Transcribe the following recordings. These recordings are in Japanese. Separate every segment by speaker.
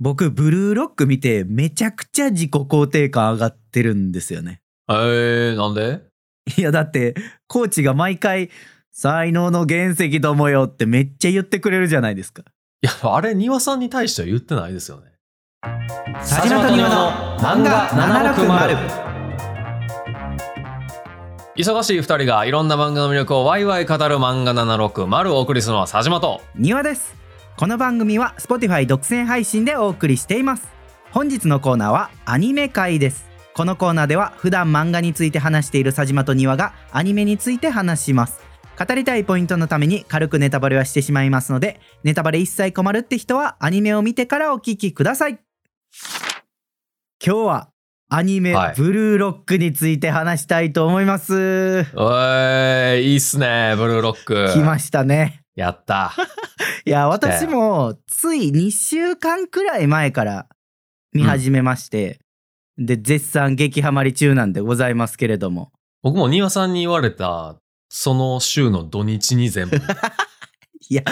Speaker 1: 僕、ブルーロック見て、めちゃくちゃ自己肯定感上がってるんですよね。
Speaker 2: えー、なんで
Speaker 1: いや、だって、コーチが毎回、才能の原石どもよってめっちゃ言ってくれるじゃないですか。
Speaker 2: いや、あれ、庭さんに対しては言ってないですよね。
Speaker 1: 佐島と庭の漫画760
Speaker 2: 忙しい二人がいろんな漫画の魅力をワイワイ語る漫画760をお送りするのは佐島と。
Speaker 1: 庭です。この番組は Spotify 独占配信でお送りしています。本日のコーナーはアニメ会です。このコーナーでは普段漫画について話している佐島と庭がアニメについて話します。語りたいポイントのために軽くネタバレはしてしまいますので、ネタバレ一切困るって人はアニメを見てからお聞きください。今日はアニメ
Speaker 2: はい
Speaker 1: ブルーロックについて話したいと思います。
Speaker 2: おーい、いいっすね、ブルーロック。
Speaker 1: 来ましたね。
Speaker 2: やった。
Speaker 1: いや
Speaker 2: 来たよ
Speaker 1: 私もつい2週間くらい前から見始めまして、で絶賛激ハマり中なんでございますけれども
Speaker 2: 僕も庭さんに言われた、その週の土日 に全部。
Speaker 1: いや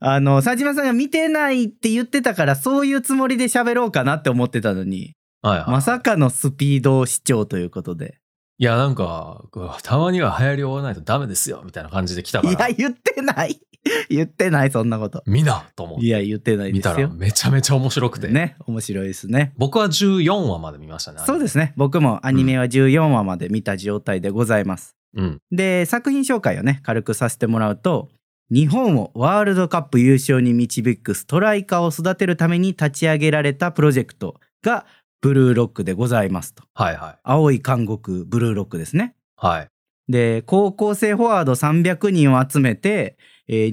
Speaker 1: あの佐島さんが見てないって言ってたからそういうつもりで喋ろうかなって思ってたのに
Speaker 2: はいはい。
Speaker 1: まさかのスピード視聴ということで
Speaker 2: いや、なんか、うわたまには流行り追わないとダメですよ、みたいな感じで来たか
Speaker 1: いや
Speaker 2: ら、
Speaker 1: 言ってない言ってないそんなこと
Speaker 2: 見なと思っ
Speaker 1: い
Speaker 2: て
Speaker 1: や言ってない
Speaker 2: 見
Speaker 1: で
Speaker 2: た
Speaker 1: す
Speaker 2: ら
Speaker 1: よ
Speaker 2: めちゃめちゃ面白くて。
Speaker 1: ね面白いですね
Speaker 2: 僕は14話まで見ましたね。
Speaker 1: そうですね僕もアニメは14話まで見た状態でございます、
Speaker 2: うん。
Speaker 1: で作品紹介をね軽くさせてもらうと日本をワールドカップ優勝に導くストライカーを育てるために立ち上げられたプロジェクトがブルーロックでございますと
Speaker 2: はいはい。
Speaker 1: 青い監獄ブルーロックですね
Speaker 2: はい。
Speaker 1: で高校生フォワード300人を集めて、えー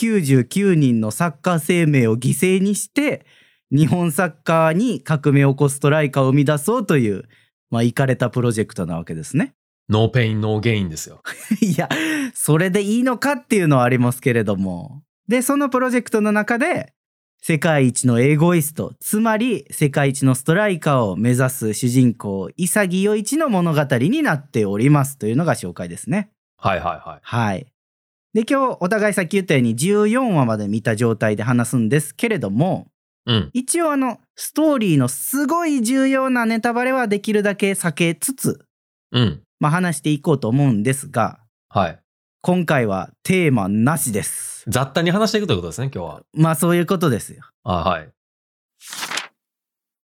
Speaker 1: 299人のサッカー生命を犠牲にして日本サッカーに革命を起こすストライカーを生み出そうというまあいかれたプロジェクトなわけですね
Speaker 2: ノーペイン、ノーゲインですよ。
Speaker 1: いや、それでいいのかっていうのはありますけれども。で、そのプロジェクトの中で、世界一のエゴイスト、つまり世界一のストライカーを目指す主人公、潔世一の物語になっておりますというのが紹介ですね。
Speaker 2: はいはいはい。
Speaker 1: はい。で、今日お互いさっき言ったように14話まで見た状態で話すんですけれども、
Speaker 2: うん。
Speaker 1: 一応あの、ストーリーのすごい重要なネタバレはできるだけ避けつつ、
Speaker 2: うん。
Speaker 1: まあ話していこうと思うんですが、
Speaker 2: はい。
Speaker 1: 今回はテーマなしです。
Speaker 2: 雑多に話していくということですね、今日は。
Speaker 1: まあそういうことですよ。
Speaker 2: あはい。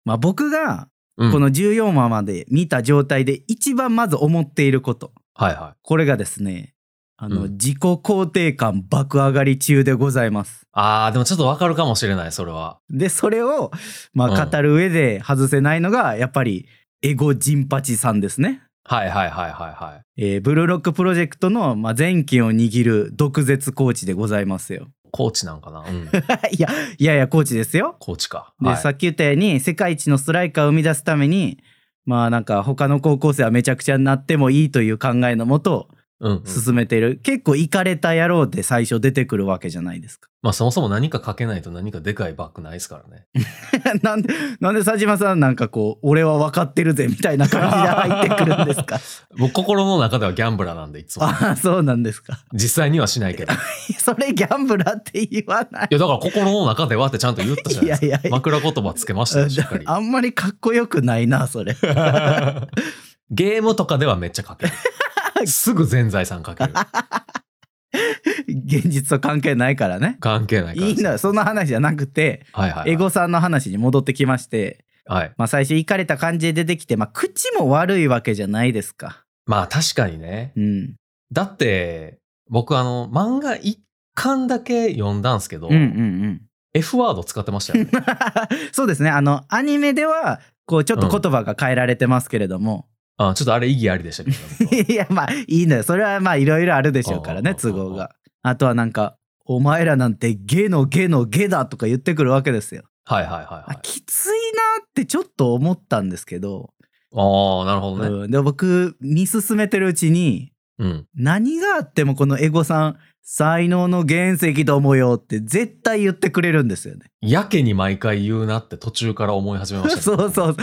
Speaker 1: まあ僕が
Speaker 2: うん、
Speaker 1: この14話まで見た状態で一番まず思っていること。
Speaker 2: はいはい。
Speaker 1: これがですね、あの、
Speaker 2: うん
Speaker 1: 自己肯定感爆上がり中でございます。
Speaker 2: あー、でもちょっとわかるかもしれない、それは。
Speaker 1: で、それを、まあ
Speaker 2: うん
Speaker 1: 語る上で外せないのが、やっぱりエゴジンパチさんですね。
Speaker 2: はいはいはいはいはい。
Speaker 1: えーブルーロックプロジェクトの、まあ、前期を握る毒舌コーチでございますよ。
Speaker 2: コーチなんかなうん。
Speaker 1: いや、いやいや、コーチですよ。
Speaker 2: コーチか。
Speaker 1: で、
Speaker 2: はい、
Speaker 1: さっき言ったように世界一のストライカーを生み出すためにまあなんか他の高校生はめちゃくちゃになってもいいという考えのもと
Speaker 2: うん、うん。
Speaker 1: 進めている、結構イかれた野郎で最初出てくるわけじゃないですか
Speaker 2: まあそもそも何か書けないと何かでかいバッグないですからね。
Speaker 1: なんでなんで佐島さんなんかこう俺は分かってるぜみたいな感じで入ってくるんです か
Speaker 2: 僕心の中ではギャンブラーなんでいつも。
Speaker 1: ああそうなんですか
Speaker 2: 実際にはしないけど。い
Speaker 1: それギャンブラーって言わない
Speaker 2: やだから心の中ではってちゃんと言ったじゃな
Speaker 1: いや
Speaker 2: いですか。
Speaker 1: いやいや。
Speaker 2: 枕言葉つけましたね、しっかり
Speaker 1: あんまりかっこよくないなそれ
Speaker 2: ゲームとかではめっちゃ書け る。すぐ全財産書ける。
Speaker 1: 現実と関係ないからね
Speaker 2: 関係ないから。
Speaker 1: いいのよその話じゃなくて
Speaker 2: はいはい、はい。
Speaker 1: エゴさんの話に戻ってきまして
Speaker 2: はい。
Speaker 1: まあ、最初イかれた感じで出てきて、まあ、口も悪いわけじゃないですか。
Speaker 2: まあ確かにね。
Speaker 1: うん、
Speaker 2: だって、僕あの、漫画一巻だけ読んだんですけど、
Speaker 1: うんうん
Speaker 2: F ワード使ってましたよね。
Speaker 1: うんそうですねあのアニメではこうちょっと言葉が変えられてますけれども、
Speaker 2: あちょっとあれ意義あり でしたけど僕は。
Speaker 1: いやまあいいのよそれはまあいろいろあるでしょうから
Speaker 2: う
Speaker 1: ね
Speaker 2: んうんうん
Speaker 1: 都合が。あとはなんか「お前らなんてゲのゲのゲだ」とか言ってくるわけですよ。
Speaker 2: はいはいはい、
Speaker 1: あ
Speaker 2: はい。
Speaker 1: きついなってちょっと思ったんですけど、
Speaker 2: ああ、なるほどね。
Speaker 1: うん、で僕見進めてるうちに
Speaker 2: うん。
Speaker 1: 何があってもこのエゴさん才能の原石と思うよって絶対言ってくれるんですよね。
Speaker 2: やけに毎回言うなって途中から思い始めました、ね。
Speaker 1: そうそう。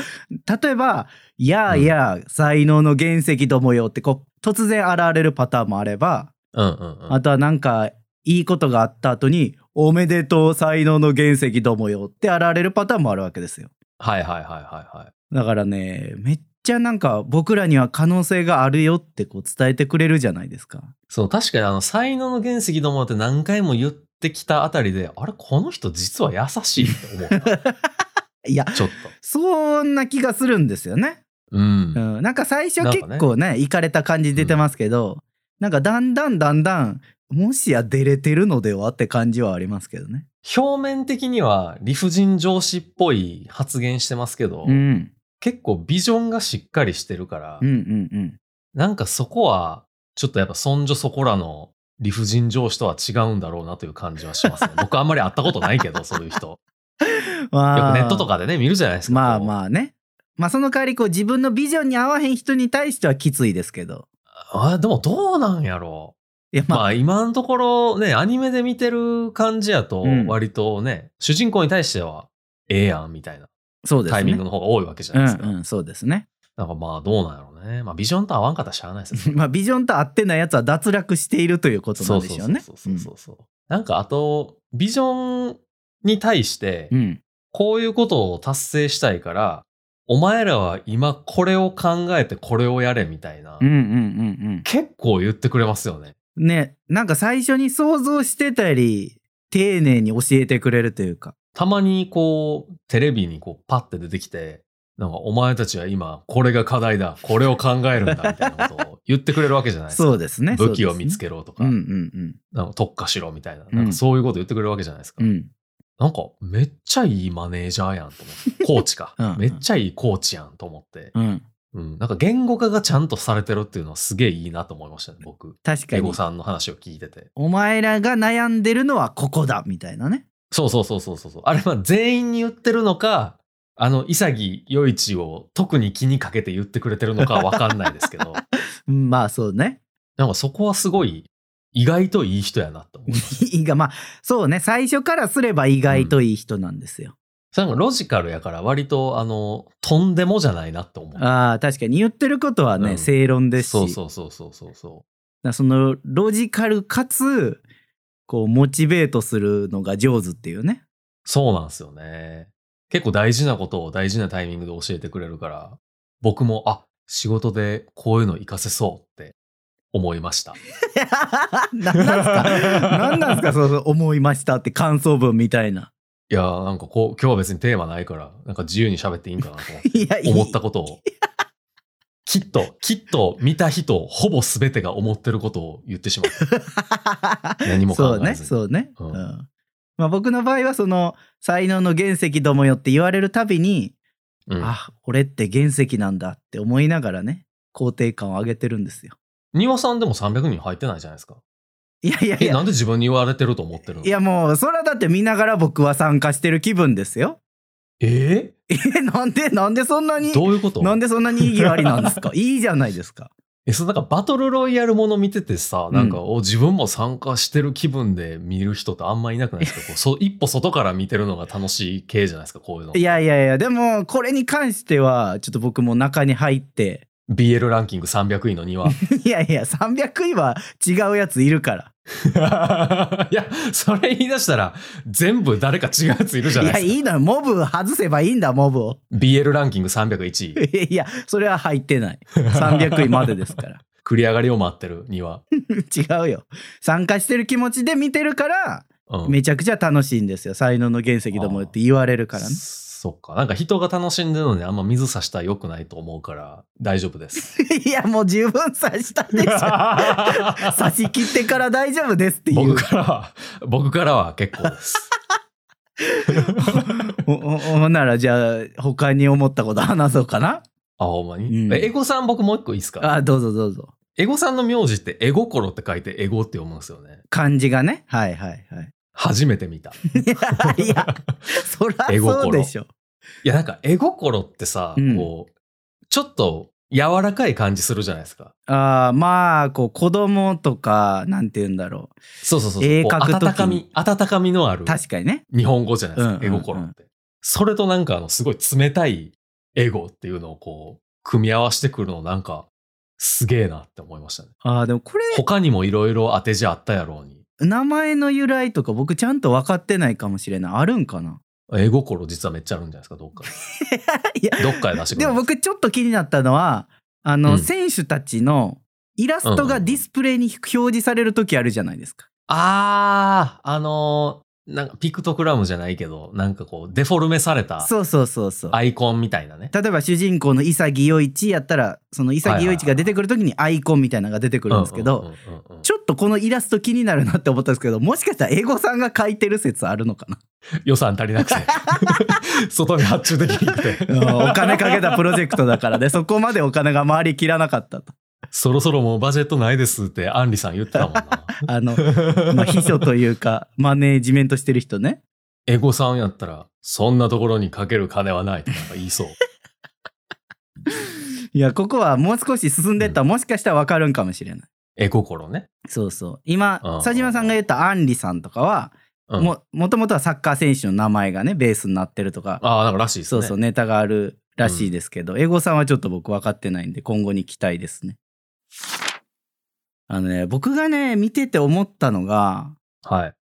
Speaker 1: 例えば「やあやあ才能の原石と思うよ」ってこう突然現れるパターンもあれば
Speaker 2: うんうんうん。
Speaker 1: あとはなんかいいことがあった後に「おめでとう才能の原石どもよって現れるパターンもあるわけですよ。
Speaker 2: はいはいはいはいはい。
Speaker 1: だからね、めっちゃなんか僕らには可能性があるよってこう伝えてくれるじゃないですか。
Speaker 2: そう、確かにあの、才能の原石どもって何回も言ってきたあたりで、あれ、この人実は優しいって思う。
Speaker 1: い や、
Speaker 2: ちょっ
Speaker 1: そんな気がするんですよね。
Speaker 2: と。うん
Speaker 1: う。ん、なんか最初結構ね、いかれた感じ出てますけど、なんかだんだんだんだん、もしや出れてるのではって感じはありますけどね。
Speaker 2: 表面的には理不尽上司っぽい発言してますけど、
Speaker 1: うん。
Speaker 2: 結構ビジョンがしっかりしてるから、
Speaker 1: うんうんうん。
Speaker 2: なんかそこは、ちょっとやっぱそんじょそこらの理不尽上司とは違うんだろうなという感じはしま すね。僕あんまり会ったことないけど、そういう人。よ
Speaker 1: ま
Speaker 2: くネットとかでね、見るじゃないですか。
Speaker 1: まあ
Speaker 2: あ。
Speaker 1: まあね。まあその代わりこう自分のビジョンに合わへん人に対してはきついですけど。
Speaker 2: あでもどうなんやろ
Speaker 1: いや
Speaker 2: う。
Speaker 1: まあ、
Speaker 2: まあ今のところね、アニメで見てる感じやと
Speaker 1: うん、
Speaker 2: 割とね、主人公に対しては、ええやんみたいな
Speaker 1: そうですね。
Speaker 2: タイミングの方が多いわけじゃないです
Speaker 1: う
Speaker 2: か。
Speaker 1: んうん、そうですね。
Speaker 2: なんかまあどうなんやろうね。まあビジョンと合わんかったらしゃあないですよね
Speaker 1: まあビジョンと合ってないやつは脱落しているということな
Speaker 2: そ
Speaker 1: ん
Speaker 2: う
Speaker 1: で
Speaker 2: そう
Speaker 1: し
Speaker 2: そ
Speaker 1: ょ
Speaker 2: う
Speaker 1: うね。
Speaker 2: そうそうそうそう。なんかあと、ビジョンに対して
Speaker 1: う、ん。
Speaker 2: こういうことを達成したいから、お前らは今これを考えてこれをやれみたいな、
Speaker 1: うんうんうん
Speaker 2: 結構言ってくれますよね。
Speaker 1: うん。ね、なんか最初に想像してたより、丁寧に教えてくれるというか。
Speaker 2: たまにこう、テレビにこうパッて出てきて、なんかお前たちは今これが課題だ、これを考えるんだみたいなことを言ってくれるわけじゃないですか。
Speaker 1: そうですね。
Speaker 2: 武器を見つ
Speaker 1: け
Speaker 2: けろとか、
Speaker 1: うんうん
Speaker 2: なんか特化しろみたいな、
Speaker 1: うん
Speaker 2: なんかそういうこと言ってくれるわけじゃないですか。
Speaker 1: うん。うん。
Speaker 2: なんか、めっちゃいいマネージャーやんと思って。コーチか
Speaker 1: うんうん。
Speaker 2: めっちゃいいコーチやんと思って。
Speaker 1: うん。
Speaker 2: うん。なんか言語化がちゃんとされてるっていうのはすげえいいなと思いましたね、僕。
Speaker 1: 確か
Speaker 2: エゴ
Speaker 1: に。
Speaker 2: さんの話を聞いてて。
Speaker 1: お前らが悩んでるのはここだ、みたいなね。
Speaker 2: そうそうそうそうそうそう。あれは全員に言ってるのか、あの、潔余一を特に気にかけて言ってくれてるのかはわかんないですけ ど、
Speaker 1: うんまあそうね。
Speaker 2: なんかそこはすごい、意外といい人やなと思う。
Speaker 1: いいが、まあそうね。最初からすれば意外といい人なんですよ。
Speaker 2: それなんかロジカルやから割と、あの、とんでもじゃないなって思う。
Speaker 1: ああ、確かに言ってることはね、
Speaker 2: うん
Speaker 1: 正論ですし。
Speaker 2: そうそうそうそうそうそう。
Speaker 1: だからそのロジカルかつこうモチベートするのが上手っていうね
Speaker 2: そうなんですよね。結構大事なことを大事なタイミングで教えてくれるから、僕も、あ、仕事でこういうの活かせそうって思いました。
Speaker 1: 何なん すか何なんすかそうそう思いましたって感想文みたいない
Speaker 2: やー、なんかこう、今日は別にテーマないから、なんか自由に喋っていいんかなと思って
Speaker 1: い やいい
Speaker 2: 思ったこと を。きっと、きっと見た人、ほぼ全てが思ってることを言ってし まった。何も
Speaker 1: そ
Speaker 2: 考
Speaker 1: う
Speaker 2: え
Speaker 1: ね
Speaker 2: ずに。
Speaker 1: そうね、う
Speaker 2: うんん
Speaker 1: まあ、僕の場合はその才能の原石どもよって言われるたびに、
Speaker 2: うん
Speaker 1: あ俺って原石なんだって思いながらね肯定感を上げてるんですよ
Speaker 2: 庭さんでも300人入ってないじゃないですか。
Speaker 1: いやいやい
Speaker 2: え、
Speaker 1: や
Speaker 2: なんで自分に言われてると思ってるの
Speaker 1: いやもうそれはだって見ながら僕は参加してる気分ですよ
Speaker 2: え
Speaker 1: えなんでなんでそんなに
Speaker 2: ーどういうこと
Speaker 1: なんでそんなに意義ありなん ですかいいじゃないですか。
Speaker 2: え、そう、なんかバトルロイヤルもの見ててさ、なんか、
Speaker 1: うん
Speaker 2: お、自分も参加してる気分で見る人ってあんまいなくないですかこうそう、一歩外から見てるのが楽しい系じゃないですか、こういうの。
Speaker 1: いやいやいや、でもこれに関しては、ちょっと僕も中に入って、
Speaker 2: BL ランキング300位の庭。
Speaker 1: いやいや、300位は違うやついるから。
Speaker 2: いや、それ言い出したら、全部誰か違うやついるじゃ
Speaker 1: い
Speaker 2: ない
Speaker 1: や、
Speaker 2: ですか。
Speaker 1: いいのよ。モブ外せばいいんだ、モブを。
Speaker 2: BL ランキング301位。
Speaker 1: いや、それは入ってない。300位までです から。
Speaker 2: 繰り上がりを待ってる庭。
Speaker 1: 違うよ。参加してる気持ちで見てるから、
Speaker 2: うん。
Speaker 1: めちゃくちゃ楽しいんですよ。才能の原石どもよって言われるからね。
Speaker 2: そっか。なんか人が楽しんでるのにあんま水差したら良くないと思うから、大丈夫 です。
Speaker 1: いや、もう十分刺したで しょ。刺し切ってから大丈夫ですっていう
Speaker 2: 僕。からは、僕からは結構です。
Speaker 1: おおほんならじゃあ他に思ったこと話そうか な
Speaker 2: あ、ほんまに、
Speaker 1: うん
Speaker 2: えエゴさん僕もう一個いいですか
Speaker 1: あどうぞどうぞ
Speaker 2: エゴさんの名字ってエゴコロって書いてエゴって読むんですよね。
Speaker 1: 漢字がねはいはい はい
Speaker 2: 初めて見た。
Speaker 1: いやいやそりゃ
Speaker 2: 絵心
Speaker 1: そうでしょ
Speaker 2: いや、なんかエゴコロってさ、
Speaker 1: うん
Speaker 2: こう、ちょっと柔らかい感じするじゃないですか。
Speaker 1: あーまあこう子供とかなんて言うんだろ
Speaker 2: そうそうそうそう。
Speaker 1: 絵
Speaker 2: こう
Speaker 1: 描く時に
Speaker 2: 温かみ、温かみのある
Speaker 1: う確かにね
Speaker 2: 日本語じゃないですか。
Speaker 1: うんうんうん
Speaker 2: エゴコロって。それとなんかあの、すごい冷たいエゴっていうのをこう、組み合わせてくるのなんか、すげえなって思いましたね。
Speaker 1: あーでもこれ
Speaker 2: 他にもいろいろ当て字あったやろうに。
Speaker 1: 名前の由来とか僕ちゃんと分かってないかもしれないあるんかな
Speaker 2: 絵心実はめっちゃあるんじゃないですか、どっか
Speaker 1: いや
Speaker 2: で。どっかで出してくれ
Speaker 1: で
Speaker 2: る
Speaker 1: も僕ちょっと気になったのはあの、
Speaker 2: うん
Speaker 1: 選手たちのイラストがディスプレイに表示される時あるじゃないですか。
Speaker 2: あー、あのーなんかピクトグラムじゃないけど、なんかこう、デフォルメされた
Speaker 1: そうそうそうそう。
Speaker 2: アイコンみたいなね。
Speaker 1: 例えば主人公の潔世一やったらその潔世一が出てくる時にアイコンみたいなのが出てくるんですけど、
Speaker 2: うんうんうんうん
Speaker 1: ちょっとこのイラスト気になるなって思ったんですけどもしかしたら英語さんが書いてる説あるのか な
Speaker 2: 予算足りなくて。外に発注できなくて。
Speaker 1: うんお金かけたプロジェクトだからねそこまでお金が回りきらなかったと
Speaker 2: そろそろもうバジェットないですって、アンリさん言ってたもんな。
Speaker 1: あの、 まあ、秘書というかマネージメントしてる人ね
Speaker 2: エゴさんやったら、そんなところにかける金はないとかなんか言い そう。
Speaker 1: いやここはもう少し進んでったらもしかしたら分かるんかもしれない
Speaker 2: 絵心ね。
Speaker 1: そうそう今
Speaker 2: うん
Speaker 1: 佐島さんが言ったアンリさんとかは
Speaker 2: うん
Speaker 1: ももともとはサッカー選手の名前がねベースになってるとか
Speaker 2: ああ、なんからしいです
Speaker 1: そ
Speaker 2: ね。
Speaker 1: うそう、ネタがあるらしいですけど、エゴさんはちょっと僕分かってないんで、今後に期待ですね。あのね、僕がね、見てて思ったのが、
Speaker 2: はい。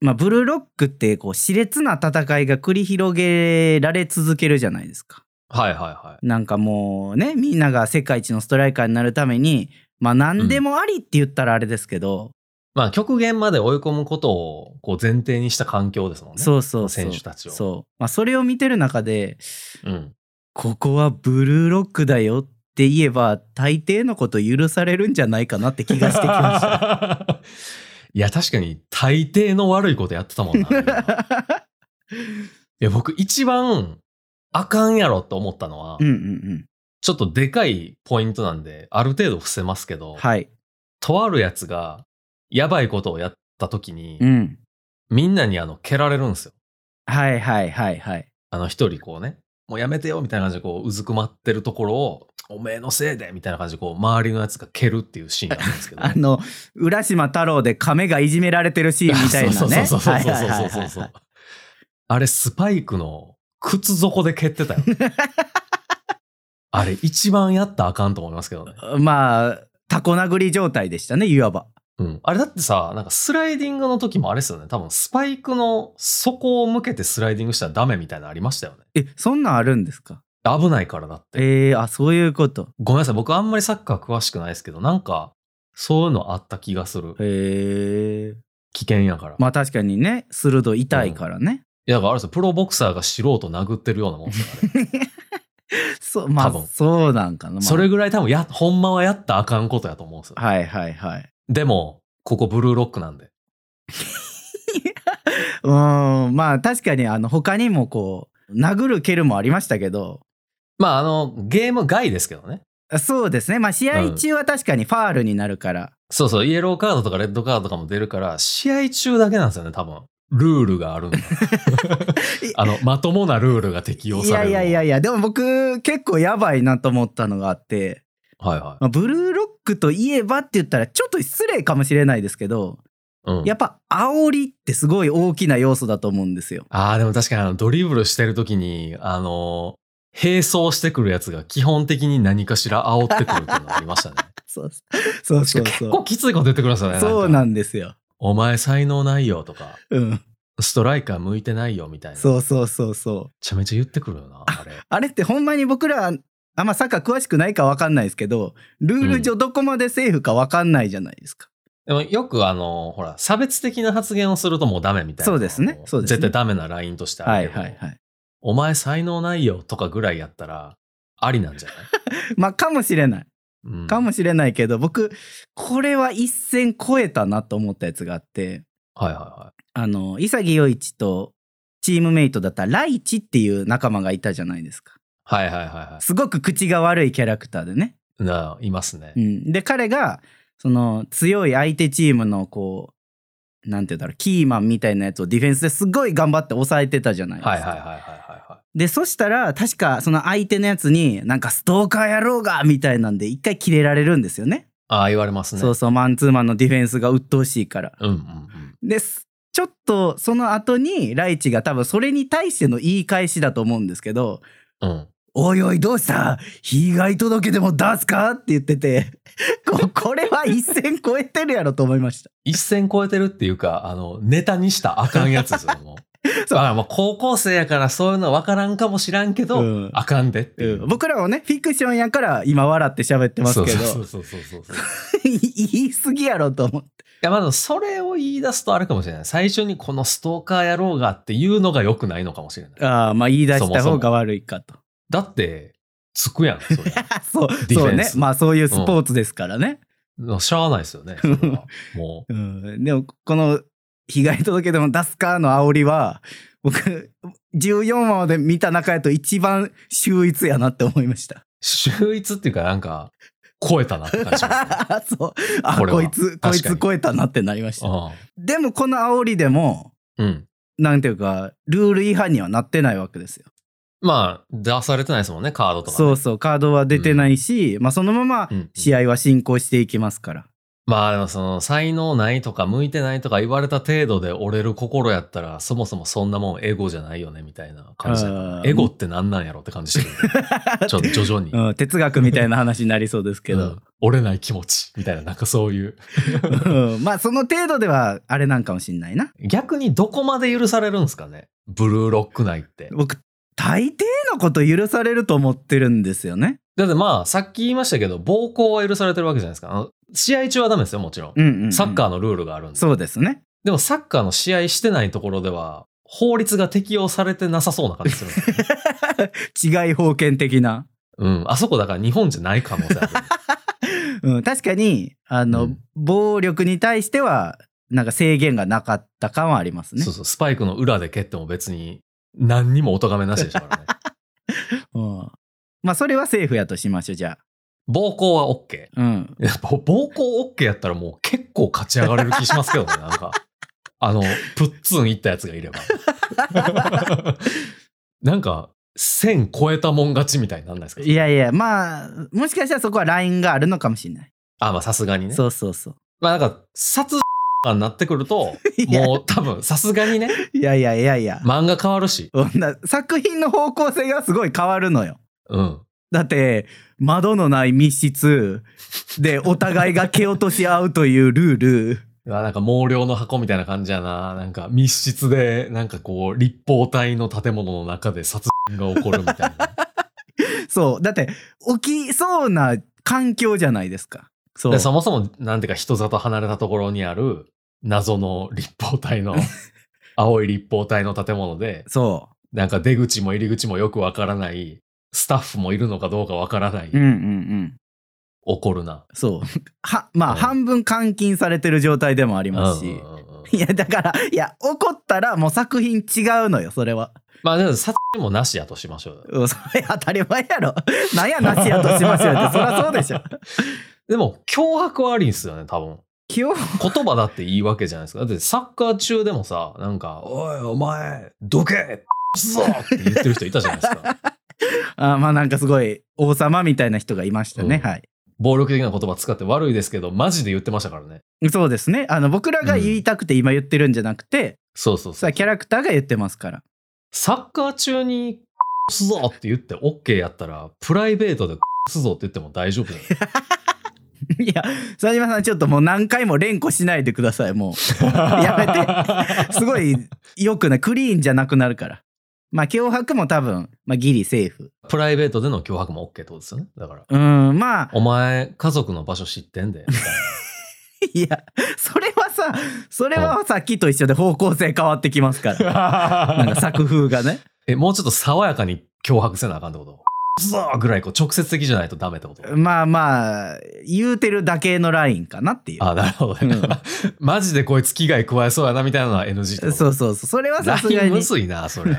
Speaker 1: まあ、ブルーロックって、こう、熾烈な戦いが繰り広げられ続けるじゃないですか。
Speaker 2: はいはいはい。
Speaker 1: なんかもうね、みんなが世界一のストライカーになるために、まあ、何でもありって言ったらあれですけど、
Speaker 2: まあ、極限まで追い込むことをこう前提にした環境ですもんね。
Speaker 1: そうそうそう。
Speaker 2: 選手たちを
Speaker 1: そう。まあ、それを見てる中で、
Speaker 2: うん。
Speaker 1: ここはブルーロックだよって言えば大抵のこと許されるんじゃないかなって気がしてきま した。
Speaker 2: いや、確かに大抵の悪いことやってたも んな。みんないや、僕一番あかんやろと思ったのは、
Speaker 1: うんうんうん。
Speaker 2: ちょっとでかいポイントなんで、ある程度伏せますけど、
Speaker 1: はい。
Speaker 2: とあるやつがやばいことをやった時に、
Speaker 1: うん。
Speaker 2: みんなにあの蹴られるんですよ。
Speaker 1: はいはいはいはい。
Speaker 2: あの一人こうね、もうやめてよみたいな感じでこううずくまってるところを、おめえのせいでみたいな感じでこう周りのやつが蹴るっていうシーンがあるんです けど、
Speaker 1: あの、浦島太郎で亀がいじめられてるシーンみたいなね。
Speaker 2: そうそうそうそうそう
Speaker 1: はいは
Speaker 2: そ
Speaker 1: いうはい
Speaker 2: そ
Speaker 1: は
Speaker 2: う
Speaker 1: い
Speaker 2: そ。
Speaker 1: はいう
Speaker 2: あれ、スパイクの靴底で蹴っ てたよ。あれ、一番やったらあかんと思いますけどね。
Speaker 1: まあ、タコ殴り状態でしたね、いわば。
Speaker 2: うん。あれだってさ、なんかスライディングの時もあれですよね。多分、スパイクの底を向けてスライディングしたらダメみたいなのありましたよね。
Speaker 1: え、そんなんあるんですか
Speaker 2: 危ないからだって。
Speaker 1: えー、あ、そういうこと。
Speaker 2: ごめんなさい。僕あんまりサッカー詳しくないですけど、なんか、そういうのあった気がする。
Speaker 1: へえ。
Speaker 2: 危険やから。
Speaker 1: まあ確かにね、鋭い痛いからね。
Speaker 2: いや、だからあれですよ。プロボクサーが素人殴ってるよ うなもんですよあれ
Speaker 1: そう、ま
Speaker 2: 多
Speaker 1: あ
Speaker 2: 分
Speaker 1: そうなんかな。まあ
Speaker 2: それぐらい多分や、ほんまはやったらあかんことやと思うんですよ。
Speaker 1: はいはいはい。
Speaker 2: でも、ここブルーロックなんで。
Speaker 1: うーん、まあ確かにあの他にもこう、殴る蹴るもありましたけど、
Speaker 2: まあ、あの、ゲーム外ですけどね。
Speaker 1: そうですね。まあ試合中は確かにファールになるから。
Speaker 2: そうそう、イエローカードとかレッドカードとかも出るから、試合中だけなんですよね、多分。ルールが あるんであの、まともなルールが適用
Speaker 1: い
Speaker 2: さ
Speaker 1: や
Speaker 2: れる。
Speaker 1: いやいやいや、でも僕結構やばいなと思ったのがあって、
Speaker 2: はいは
Speaker 1: まあブルーロックといえばって言ったらちょっと失礼かもしれないですけど、
Speaker 2: い。うん。
Speaker 1: やっぱ煽りってすごい大きな要素だと思うんですよ。
Speaker 2: ああ、でも確かにあのドリブルしてる時に、あの、並走してくるやつが基本的に何かしら煽ってくるっていうのがありましたね。
Speaker 1: そう そうそう
Speaker 2: 結
Speaker 1: そ
Speaker 2: 構
Speaker 1: う。
Speaker 2: きついこと言ってくるんですよね。
Speaker 1: そう
Speaker 2: か
Speaker 1: なんですよ。
Speaker 2: お前才能ないよとか、
Speaker 1: うん。
Speaker 2: ストライカー向いてないよみたいな。め
Speaker 1: そうそうそうそう。
Speaker 2: ちゃめちゃ言ってくるよな、あれ。
Speaker 1: あれってほんまに僕らあんまサッカー詳しくないか分かんないですけどルール上どこまでセーフか分かんないじゃないですか。
Speaker 2: でもよくあの、ほら、差別的な発言をするともうダメみたいな。
Speaker 1: そうですね
Speaker 2: も
Speaker 1: そうですね
Speaker 2: 絶対ダメなラインとしてあ
Speaker 1: は
Speaker 2: る
Speaker 1: い
Speaker 2: けど
Speaker 1: はいはい。
Speaker 2: お前才能ないよとかぐらいやったら、ありなん じゃない、
Speaker 1: まあかもしれない
Speaker 2: うん
Speaker 1: かもしれないけど僕これは一線超えたなと思ったやつがあって
Speaker 2: はいはいはい。
Speaker 1: あの潔世一とチームメイトだったライチっていう仲間がいたじゃないですか。
Speaker 2: はいはいはいは
Speaker 1: すごく口が悪いキャラクターでね。
Speaker 2: い。なあ、いますね
Speaker 1: う。ん、で彼がその強い相手チームのこうなんて言うんだろうキーマンみたいなやつをディフェンスですごい頑張って抑えてたじゃないですか。
Speaker 2: はいはいはいはいはいは
Speaker 1: でそしたら確かその相手のやつになんかストーカー野郎がみたいなんで一回キレられるんですよね。
Speaker 2: い。ああ、言われますね。
Speaker 1: そうそうマンツーマンのディフェンスが鬱陶しいから。
Speaker 2: うんうんうん。
Speaker 1: ですちょっとその後にライチが多分それに対しての言い返しだと思うんですけど
Speaker 2: うん。
Speaker 1: 「おいおいどうした被害届でも出すかって言ってて、 ここれは一線超えてるやろと思いました。
Speaker 2: 一線超えてるっていうか、あの、ネタにしたらあかんやつですよ、もう。
Speaker 1: そう
Speaker 2: あまあ高校生やからそういうの分からんかもしらんけど、
Speaker 1: うん
Speaker 2: あかんでっていうう。
Speaker 1: ん僕らもね、フィクションやから今笑って喋ってますけど、
Speaker 2: そうそうそうそうそうそう。い
Speaker 1: 言 い過ぎやろと思って。
Speaker 2: や、まあでもそれを言い出すとあれかもしれない。最初にこのストーカー野郎がっていうのが良くないのかもしれない。
Speaker 1: ああ、まあ言い出した方が悪い かと。
Speaker 2: だって、つくやん、そりゃ
Speaker 1: そう
Speaker 2: ディ
Speaker 1: そ
Speaker 2: フ
Speaker 1: う
Speaker 2: ェン
Speaker 1: ね
Speaker 2: ス。
Speaker 1: まあそういうスポーツですからね。
Speaker 2: しゃあないですよね。それ はもう。
Speaker 1: うん、でもこの被害届でも出すかの煽りは僕14話まで見た中やと一番秀逸やなって思いました。
Speaker 2: 秀逸っていうかなんか、超えたなって感じします ね
Speaker 1: そうあ
Speaker 2: これは
Speaker 1: こいつこい
Speaker 2: 確か
Speaker 1: つ
Speaker 2: に
Speaker 1: 超えたなってなりました。でもこの煽りでも
Speaker 2: うん。うん。
Speaker 1: なんていうかルール違反にはなってないわけですよ。
Speaker 2: まあ、出されてないですもんね、カードとかね、
Speaker 1: そうそうカードは出てないし、まあ、そのまま
Speaker 2: うん
Speaker 1: 試合は進行していきますから。
Speaker 2: まあでもその才能ないとか向いてないとか言われた程度で折れる心やったらそもそもそんなもんエゴじゃないよねみたいな感じだから
Speaker 1: あー
Speaker 2: エゴってなんなんやろって感じしてくる ちょ徐々に、
Speaker 1: うん、哲学みたいな話になりそうですけど、
Speaker 2: うん折れない気持ちみたいななんかそう いう
Speaker 1: うんまあその程度ではあれなんかもしんないな
Speaker 2: 逆にどこまで許されるんですかねブルーロック内って
Speaker 1: 僕大抵のこと許されると思ってるんですよね
Speaker 2: だってまあさっき言いましたけど暴行は許されてるわけじゃないですかあの試合中はダメですよもちろん、
Speaker 1: うんうんうん、
Speaker 2: サッカーのルールがあるんで
Speaker 1: そうですね
Speaker 2: でもサッカーの試合してないところでは法律が適用されてなさそうな感じするん ですよ
Speaker 1: 違い封建的な、
Speaker 2: うん、あそこだから日本じゃない可能性ある。
Speaker 1: うん、確かにあの、
Speaker 2: うん
Speaker 1: 暴力に対してはなんか制限がなかった感はあります ね
Speaker 2: そうそう、スパイクの裏で蹴っても別に何にもお咎めなしでしたからね。
Speaker 1: うん、まあそれはセーフやとしましょうじゃ
Speaker 2: 暴行は OK。
Speaker 1: あ、うん、
Speaker 2: やっぱ暴行 OK やったらもう結構勝ち上がれる気します けどね、なんか。あの、プッツンいったやつがいれば。なんか、1000超えたもん勝ちみたいになんないですか
Speaker 1: いやいやまあもしかしたらそこはラインがあるのかもしれない、
Speaker 2: あ、まあさすがにね。
Speaker 1: そうそうそう
Speaker 2: まあなんか、殺とかになってくると、
Speaker 1: いや
Speaker 2: もう多分さすがにね、
Speaker 1: いやいやいやいや、
Speaker 2: 漫画変わるし。
Speaker 1: 女作品の方向性がすごい変わるのよ
Speaker 2: うん。
Speaker 1: だって窓のない密室でお互いが蹴落とし合うというルール
Speaker 2: うわなんか毛量の箱みたいな感じやな。なんか密室で、なんかこう、立方体の建物の中で殺人が起こるみたいな。
Speaker 1: そうだって起きそうな環境じゃないですかそう
Speaker 2: でそもそも、なんていうか人里離れたところにある、謎の立方 体の、青い立方体の建物で、
Speaker 1: そ
Speaker 2: なんか出口も入り口もよくわからない、スタッフもいるのかどうかわからない、
Speaker 1: ううんうんうん
Speaker 2: 怒るな。
Speaker 1: そう はまあ、
Speaker 2: うん
Speaker 1: 半分監禁されてる状態でもありますし、
Speaker 2: うんうんうんうん
Speaker 1: いやだからいや怒ったらもう作品違うのよそれは
Speaker 2: まあ、でも殺人もなしやとしましょうよ。
Speaker 1: うんそれ当たり前やろなんやなしやとしますよ ってそりゃそうでしょ
Speaker 2: でも、脅迫はありんすよね、多分。
Speaker 1: 気を
Speaker 2: 言葉だっていいわけじゃないですか。だってサッカー中でもさ、なんか、おいお前、どけすぞって言ってる人いたじゃないです か。
Speaker 1: あまあなんかすごい王様みたいな人がいましたね、
Speaker 2: うん
Speaker 1: はい
Speaker 2: 暴力的な言葉使って悪いですけど、マジで言ってましたからね。
Speaker 1: そうですねあの僕らが言いたくて今言ってるんじゃなくて、
Speaker 2: そうそう
Speaker 1: さ
Speaker 2: そう。
Speaker 1: キャラクターが言ってますから
Speaker 2: サッカー中に、すぞって言って OK やったら、プライベートですぞって言っても大丈夫じゃない ですか。
Speaker 1: いや佐島さんちょっともう何回も連呼しないでくださいも やうすごい良くないクリーンじゃなくなるからまあ脅迫も多分、まあ、ギリセーフ
Speaker 2: プライベートでの脅迫も OK ってことですよね。だから。
Speaker 1: うんまあ
Speaker 2: お前、家族の場所知ってんで。みたい
Speaker 1: いやそれはさそれはさっきと一緒で方向性変わってきますから な
Speaker 2: な
Speaker 1: んか作風がね
Speaker 2: え、もうちょっと爽やかに脅迫せなあかんってことくそーぐらいこう直接的じゃないとダメってこと
Speaker 1: まあまあ言うてるだけのラインかなっていう
Speaker 2: あ、なるほどね。
Speaker 1: うん
Speaker 2: マジでこいつ危害加えそうやなみたいなのは NG ってこと
Speaker 1: そうそうそうそれはさすが
Speaker 2: LINE
Speaker 1: に
Speaker 2: むずいな、 それ。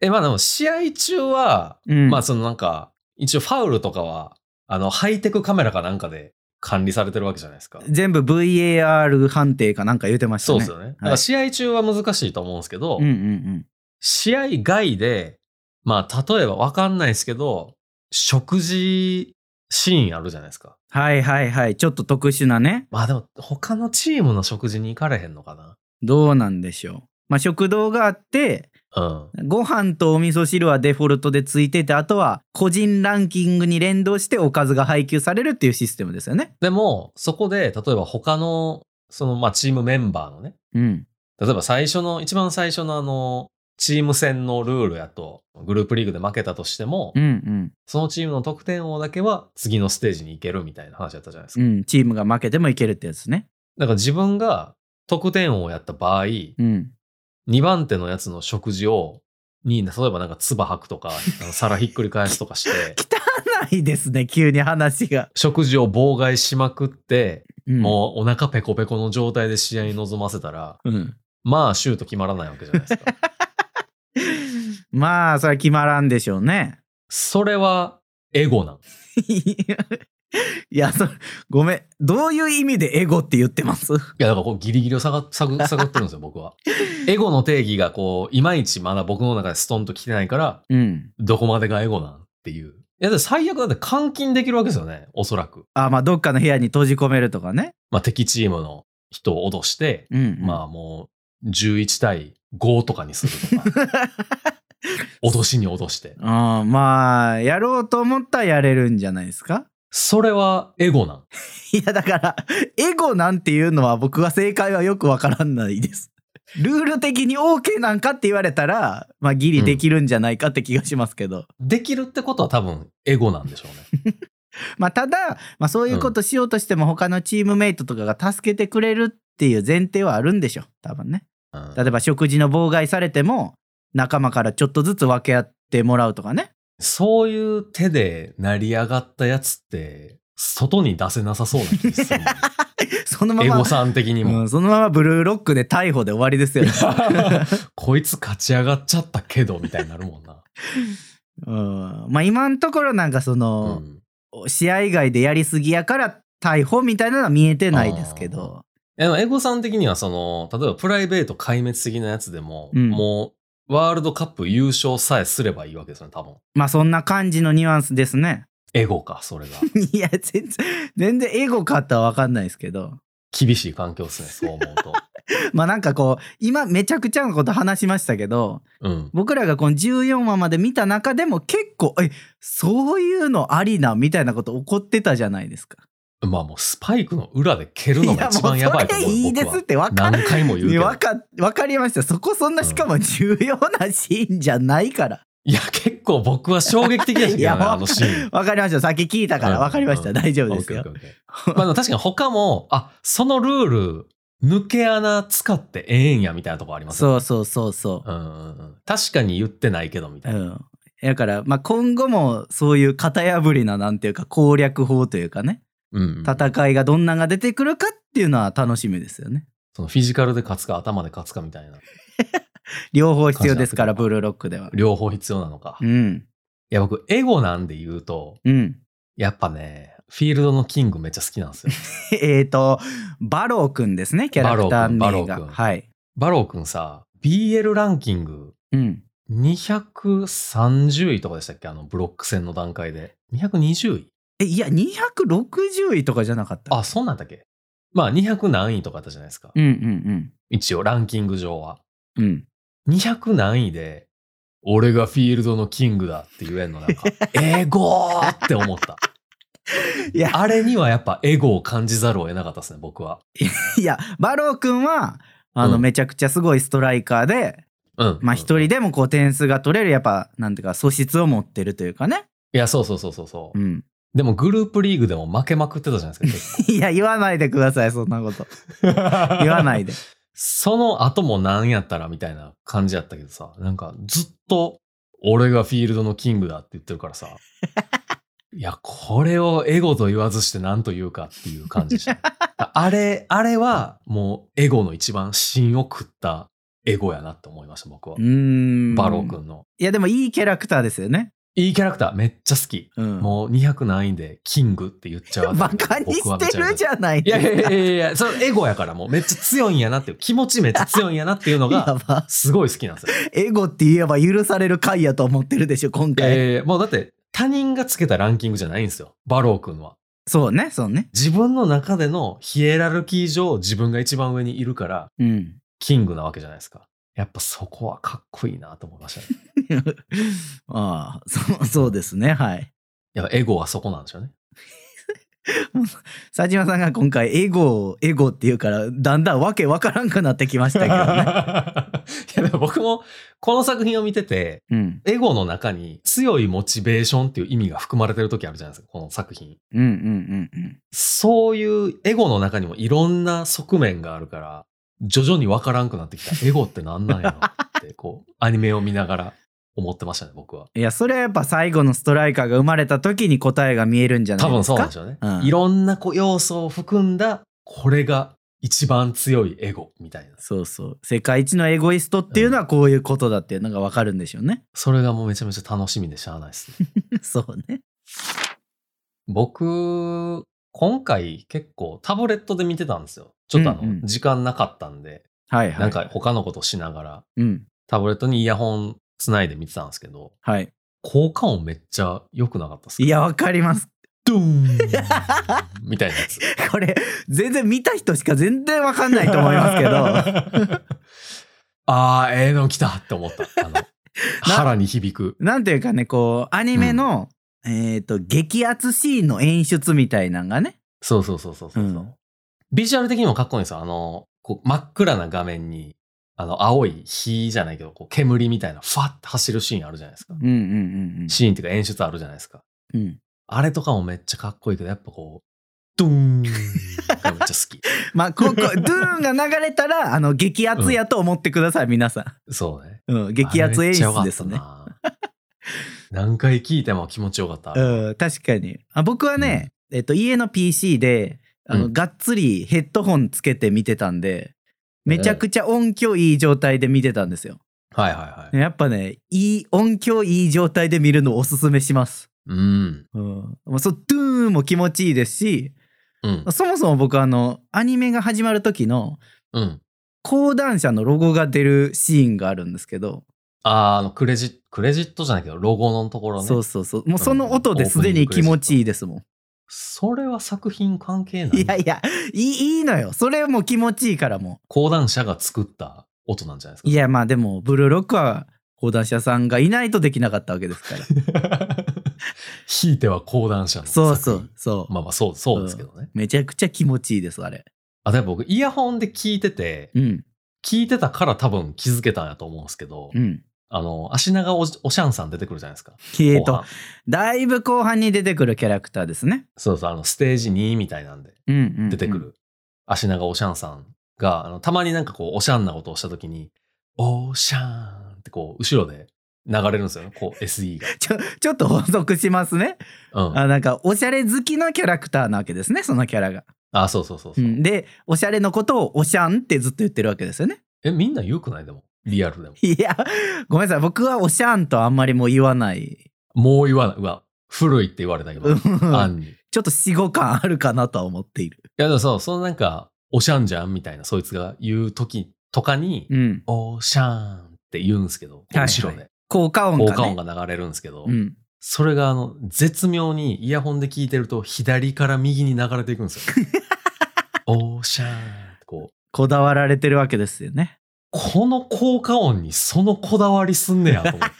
Speaker 2: え、まあでも試合中は、
Speaker 1: うん
Speaker 2: まあそのなんか、一応ファウルとかは、あの、ハイテクカメラかなんかで管理されてるわけじゃないですか。
Speaker 1: 全部 VAR 判定かなんか言ってました
Speaker 2: そう
Speaker 1: ね。
Speaker 2: ですよね。だから試合中は難しいと思うんですけど、
Speaker 1: うんうん
Speaker 2: 試合外で、まあ例えばわかんないですけど、食事シーンあるじゃないですか。
Speaker 1: うん。はいはいはい。ちょっと特殊なね。
Speaker 2: まあでも他のチームの食事に行かれへんのかな。
Speaker 1: どうなんでしょう。まあ食堂があって、
Speaker 2: うん。
Speaker 1: ご飯とお味噌汁はデフォルトでついてて、あとは個人ランキングに連動しておかずが配給されるっていうシステムですよね。
Speaker 2: でも、そこで、例えば他の、その、まあ、チームメンバーのね、
Speaker 1: うん。
Speaker 2: 例えば最初の、一番最初のあの、チーム戦のルールやと、グループリーグで負けたとしても、
Speaker 1: うんうん。
Speaker 2: そのチームの得点王だけは次のステージに行けるみたいな話だったじゃないです
Speaker 1: う
Speaker 2: か。
Speaker 1: ん。チームが負けてもいけるってやつね。
Speaker 2: だから自分が得点王をやった場合、
Speaker 1: うん。
Speaker 2: 2番手のやつの食事を、に、例えばなんか唾吐く とか、あの皿ひっくり返すとかして、
Speaker 1: ないですね、急に話が。
Speaker 2: 食事を妨害しまくって、
Speaker 1: うん、
Speaker 2: もうお腹ペコペコの状態で試合に臨ませたら、
Speaker 1: う。うん。
Speaker 2: まあシュート決まらないわけじゃないですか。
Speaker 1: まあ、それは決まらんでしょうね。
Speaker 2: それはエゴなん。
Speaker 1: いやいや、そごめん。どういう意味でエゴって言ってます
Speaker 2: いや、だからこうギリギリを下が 探探ってるんですよ、僕は。エゴの定義がこう、いまいちまだ僕の中でストンと来てないから、
Speaker 1: うん。
Speaker 2: どこまでがエゴなんっていう。いや、だって最悪だって監禁できるわけですよね、おそらく。
Speaker 1: あ、まあ、どっかの部屋に閉じ込めるとかね。
Speaker 2: まあ敵チームの人を脅して、
Speaker 1: うん、
Speaker 2: まあもう11対5とかにするとか、 脅しに脅して。
Speaker 1: あ。うん、まあ、やろうと思ったらやれるんじゃないですか
Speaker 2: それはエゴなん。
Speaker 1: いや、だから、エゴなんていうのは僕は正解はよくわからないです。ルール的に OK なんかって言われたら、まあ、ギリできるんじゃないかって気がしますけど。
Speaker 2: できるってことは多分エゴなんでしょうね。
Speaker 1: まあ、ただ、まあ、そういうことしようとしても他のチームメイトとかが助けてくれるっていう前提はあるんでしょ多分ね
Speaker 2: うん
Speaker 1: 例えば食事の妨害されても仲間からちょっとずつ分け合ってもらうとかね
Speaker 2: そういう手で成り上がったやつって、外に出せなさそうな気 がするもん。
Speaker 1: そのま
Speaker 2: エ
Speaker 1: ま
Speaker 2: ゴさん的に
Speaker 1: う
Speaker 2: も。
Speaker 1: ん、そのままブルーロックで逮捕で終わりですよね、
Speaker 2: こいつ勝ち上がっちゃったけど、みたいになるもんな。
Speaker 1: うん、まあ今のところなんかその、
Speaker 2: ん、
Speaker 1: 試合外でやりすぎやから逮捕みたいなのは見えてないですけど
Speaker 2: でもエゴさん的には、その、例えばプライベート壊滅的なやつでも、
Speaker 1: うん
Speaker 2: もう、ワールドカップ優勝さえすればいいわけですよね、多分。
Speaker 1: まあそんな感じのニュアンスですね
Speaker 2: エゴか、それが。
Speaker 1: いや全然全然エゴかったは分かんないですけど
Speaker 2: 厳しい環境ですね、そう思う と。
Speaker 1: まあなんかこう今めちゃくちゃなこと話しましたけど
Speaker 2: うん。
Speaker 1: 僕らがこの14話まで見た中でも結構えそういうのありなみたいなこと起こってたじゃないですか。
Speaker 2: まあもう、スパイクの裏で蹴るのが一番やばいと思う。
Speaker 1: やもうそれいいです
Speaker 2: 僕
Speaker 1: っ
Speaker 2: は
Speaker 1: て分か
Speaker 2: 何回も言うけ
Speaker 1: ね
Speaker 2: ど
Speaker 1: わ。かわかりましたそこそんなしかも重要なシーンじゃないから。
Speaker 2: いや、結構僕は衝撃的でしたけ
Speaker 1: いや
Speaker 2: どね、
Speaker 1: わか
Speaker 2: あのシーン。
Speaker 1: わかりましたさっき聞いたか
Speaker 2: う
Speaker 1: ら
Speaker 2: ん
Speaker 1: わかりました、
Speaker 2: うん
Speaker 1: 大丈夫です
Speaker 2: オ
Speaker 1: よ
Speaker 2: ッケー。オッケーオッケーまあでも確かに他も、あ、そのルール、抜け穴使ってええんや、みたいなとこありますよね
Speaker 1: そうそうそうそ
Speaker 2: うんうんうん確かに言ってないけど、みた
Speaker 1: う。
Speaker 2: いうな。
Speaker 1: んだから、まあ、今後もそういう型破りななんていうか攻略法というかね
Speaker 2: うんうん
Speaker 1: 戦いがどんなんが出てくるかっていうのは楽しみですよね。
Speaker 2: そのフィジカルで勝つか、頭で勝つかみたいな。
Speaker 1: 両方必要ですから、
Speaker 2: 感謝
Speaker 1: ブルーロックでは。
Speaker 2: 両方必要なのか。
Speaker 1: う
Speaker 2: い
Speaker 1: ん。
Speaker 2: や、僕、エゴなんで言うと、
Speaker 1: うん。
Speaker 2: やっぱね、フィールドのキングめっちゃ好きなんです よ。
Speaker 1: えっと、バローくんですね、キャラクター
Speaker 2: バ
Speaker 1: 名
Speaker 2: ロー君バロー
Speaker 1: が。
Speaker 2: 君
Speaker 1: はい。
Speaker 2: バロー君さ、BL ランキング
Speaker 1: うん。
Speaker 2: 230位とかでしたっけあのブロック戦の段階で。220位
Speaker 1: え、いや、260位とかじゃなかった。
Speaker 2: あ、そうなんだっけまあ200何位とかだったじゃないですか。
Speaker 1: うんうん
Speaker 2: 一応ランキング上は。
Speaker 1: うん。うん。
Speaker 2: 200何位で、俺がフィールドのキングだって言えんのな んか、エゴーって思った。
Speaker 1: いや、
Speaker 2: あれにはやっぱエゴを感じざるを得なかったですね、僕は。
Speaker 1: いや、バローくんは、あの、
Speaker 2: うん
Speaker 1: めちゃくちゃすごいストライカーで、
Speaker 2: うん。
Speaker 1: まあ、
Speaker 2: うん
Speaker 1: 一人でもこう、点数が取れる、やっぱ、なんていうか、素質を持ってるというかね。
Speaker 2: いや、そうそうそうそうそうう。
Speaker 1: ん。
Speaker 2: でもグループリーグでも負けまくってたじゃないですか、
Speaker 1: いや、言わないでください、そんな こと。
Speaker 2: 結構。
Speaker 1: 言わないで。
Speaker 2: その後もなんやったらみたいな感じやったけどさ、なんかずっと俺がフィールドのキングだって言ってるから さ、いや、これをエゴと言わずして何と言うかっていう感じでしたね。あれ、あれはもうエゴの一番芯を食ったエゴやなって思いました、僕は
Speaker 1: う。ーん。
Speaker 2: バロー君の。
Speaker 1: いや、でもいいキャラクターですよね。
Speaker 2: いいキャラクター、めっちゃ好き。
Speaker 1: うん。
Speaker 2: もう200何位でキングって言っちゃうあた
Speaker 1: バ
Speaker 2: り。
Speaker 1: カにしてるじ
Speaker 2: ゃん。
Speaker 1: ゃない
Speaker 2: い
Speaker 1: です
Speaker 2: や
Speaker 1: か。
Speaker 2: いやいやいやいや、それエゴやからもうめっちゃ強いんやなっていう、気持ちめっちゃ強いんやなっていうのが、
Speaker 1: やば
Speaker 2: すごい好きなんですよ。
Speaker 1: エゴって言えば許される回やと思ってるでしょ今回、
Speaker 2: ええもうだって他人がつけたランキングじゃないんですよ。バロー君は。
Speaker 1: そうねそうね
Speaker 2: 自分の中でのヒエラルキー上自分が一番上にいるから、
Speaker 1: うん
Speaker 2: キングなわけじゃないですか。やっぱそこはかっこいいなと思いましたね。
Speaker 1: ああ、そう、そうですね。はい。
Speaker 2: やっぱエゴはそこなんでしょうね。
Speaker 1: 佐島さんが今回、エゴを、エゴって言うから、だんだんわけわからんくなってきましたけど ね。
Speaker 2: いやでも僕もこの作品を見てて、
Speaker 1: うん。
Speaker 2: エゴの中に強いモチベーションっていう意味が含まれてる時あるじゃないですか、この作品。
Speaker 1: うんうんうんうん。
Speaker 2: そういうエゴの中にもいろんな側面があるから、徐々にわからんくなってき た。エゴってなんなんやろって、こう、アニメを見ながら思ってましたね、僕は。
Speaker 1: いや、それはやっぱ最後のストライカーが生まれた時に答えが見えるんじゃな
Speaker 2: 多
Speaker 1: いで
Speaker 2: 分
Speaker 1: すか
Speaker 2: そうなんでしょうね。
Speaker 1: うん
Speaker 2: いろんなこう要素を含んだ、これが一番強いエゴみたいな。
Speaker 1: そうそう。世界一のエゴイストっていうのはこういうことだっていうのがわかるんでしょうね。
Speaker 2: それがもうめちゃめちゃ楽しみでしゃあないですね。
Speaker 1: そうね。
Speaker 2: 僕、今回結構タブレットで見てたんですよ。ちょっとあの、
Speaker 1: うんうん
Speaker 2: 時間なかったんで、
Speaker 1: はいはい。
Speaker 2: なんか他のことしながら、
Speaker 1: うん。
Speaker 2: タブレットにイヤホンつないで見てたんですけど、
Speaker 1: はい。
Speaker 2: 効果音めっちゃ良くなかったっすか
Speaker 1: いや、わかります。
Speaker 2: ドゥーンみたいなやつ。
Speaker 1: これ、全然見た人しか全然わかんないと思いますけ ど。
Speaker 2: ど。あー、ええの来たって思った。あの、腹に響く。
Speaker 1: なんていうかね、こう、アニメの、えっ、と、激アツシーンの演出みたいなんがね。
Speaker 2: そうそうそうそうそう、
Speaker 1: うん
Speaker 2: ビジュアル的にもかっこいいんですよ。あの、こう真っ暗な画面に、あの、青い火じゃないけど、こう煙みたいな、ファって走るシーンあるじゃないですか。
Speaker 1: うんうんうん
Speaker 2: シーンっていうか演出あるじゃないですか。
Speaker 1: うん。うん、
Speaker 2: あれとかもめっちゃかっこいいけど、やっぱこう、ドゥーンがめっちゃ好 き。
Speaker 1: まあ、ここ、 ドゥーンが流れたら、あの、激アツやと思ってください、皆さ
Speaker 2: そうね。
Speaker 1: ん。うん、激アツ演出ですね。
Speaker 2: あれめっちゃ良かったな。何回聞いても気持ちよかった。
Speaker 1: うん、確かに。あ僕はね、えっと、家の PC で、あの、
Speaker 2: うん
Speaker 1: がっつりヘッドホンつけて見てたんで、めちゃくちゃ音響いい状態で見てたんですよ。
Speaker 2: はいはいはい。
Speaker 1: やっぱね、いい、音響いい状態で見るのをおすすめします。
Speaker 2: うん。
Speaker 1: うん。もうそう、ドゥーンも気持ちいいですし、
Speaker 2: うん。
Speaker 1: そもそも僕あの、アニメが始まる時の、
Speaker 2: うん。
Speaker 1: 講談社のロゴが出るシーンがあるんですけど、
Speaker 2: あーあの、クレジット、クレジットじゃないけど、ロゴのところね。
Speaker 1: そうそうそう。もうその音ですでに気持ちいいですもん。
Speaker 2: それは作品関係ない。
Speaker 1: いやいや、いいいいのよ。それも気持ちいいからもう。
Speaker 2: 講談社が作った音なんじゃないですか。
Speaker 1: いやまあでもブルーロックは講談社さんがいないとできなかったわけです から
Speaker 2: ひいては講談社の
Speaker 1: そ
Speaker 2: 作品。
Speaker 1: うそうそう、
Speaker 2: まあまあ、そう、そうですけどね。
Speaker 1: めちゃくちゃ気持ちいいですあれ
Speaker 2: あ、でも僕、イヤホンで聞いてて、
Speaker 1: うん
Speaker 2: 聞いてたから多分気づけたんやと思うんですけど、
Speaker 1: うん
Speaker 2: あの、足長おじおしゃんさん出てくるじゃないですか。
Speaker 1: えっ
Speaker 2: 後
Speaker 1: と
Speaker 2: 半
Speaker 1: だいぶ後半に出てくるキャラクターですね
Speaker 2: そうそう、あの、ステージ2みたいなんで
Speaker 1: うんうん、うん、
Speaker 2: 出てくる、足長おしゃんさんが、あの、たまになんかこう、おしゃんなことをしたときに、おーしゃーんってこう、後ろで流れるんですよね。こう、SE
Speaker 1: ちょちょっと補足しますね、
Speaker 2: が。うん。あ
Speaker 1: あなんかおしゃれ好きのキャラクターなわけですねそのキャラが、
Speaker 2: そうそうそう
Speaker 1: う
Speaker 2: そう、
Speaker 1: ん、でおしゃれのことをおしゃんってずっと言ってるわけですよね
Speaker 2: え、みんな言うくないでも。リアルでも。
Speaker 1: いやごめんなさい僕はおしゃんとあんまりもう言わない
Speaker 2: もう言わない。うわ、古いって言われたけど、あ
Speaker 1: ち
Speaker 2: んに。い
Speaker 1: ょっと死後感あるかなとは思っている
Speaker 2: や、でもそう、そのなんか、おしゃんじゃんみたいな、そいつが言うときとかに、
Speaker 1: うん
Speaker 2: おーしゃーんって言うんですけど、こう
Speaker 1: はいはい
Speaker 2: 後ろで。
Speaker 1: 効果音が、
Speaker 2: 効
Speaker 1: ね、
Speaker 2: 果音が流れるんですけど、
Speaker 1: うん
Speaker 2: それがあの、絶妙にイヤホンで聞いてると左から右に流れていくんですよ。 おーしゃーんってこう。
Speaker 1: こだわられてるわけですよね。
Speaker 2: この効果音にそのこだわりすんねやと思って、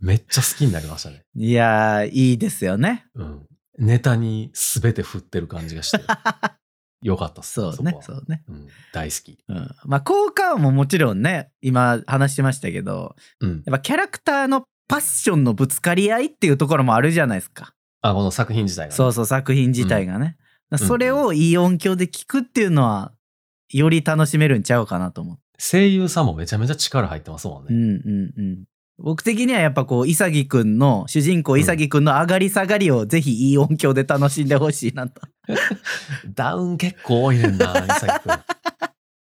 Speaker 2: めっちゃ好きになりましたね。
Speaker 1: いやー、いいですよね。
Speaker 2: うん。ネタに全て振ってる感じがして、よかったっす
Speaker 1: そうね、
Speaker 2: こは
Speaker 1: そうね。
Speaker 2: うん。大好き。
Speaker 1: うん、まあ、効果音ももちろんね、今話しましたけど、
Speaker 2: うん。
Speaker 1: やっぱキャラクターのパッションのぶつかり合いっていうところもあるじゃないですか。
Speaker 2: あ、この作品自体がね、
Speaker 1: そうそう、作品自体がね。
Speaker 2: ん
Speaker 1: それをいい音響で聞くっていうのは、より楽しめるんちゃうかなと思う。
Speaker 2: 声優さんもめちゃめちゃ力入ってますもん
Speaker 1: う
Speaker 2: ね。
Speaker 1: んうんうん。僕的にはやっぱこう、イサギくんの、主人公イサギくんの上がり下がりをぜひいい音響で楽しんでほしいなと。
Speaker 2: ダウン結構多いねんな、イ サキ君。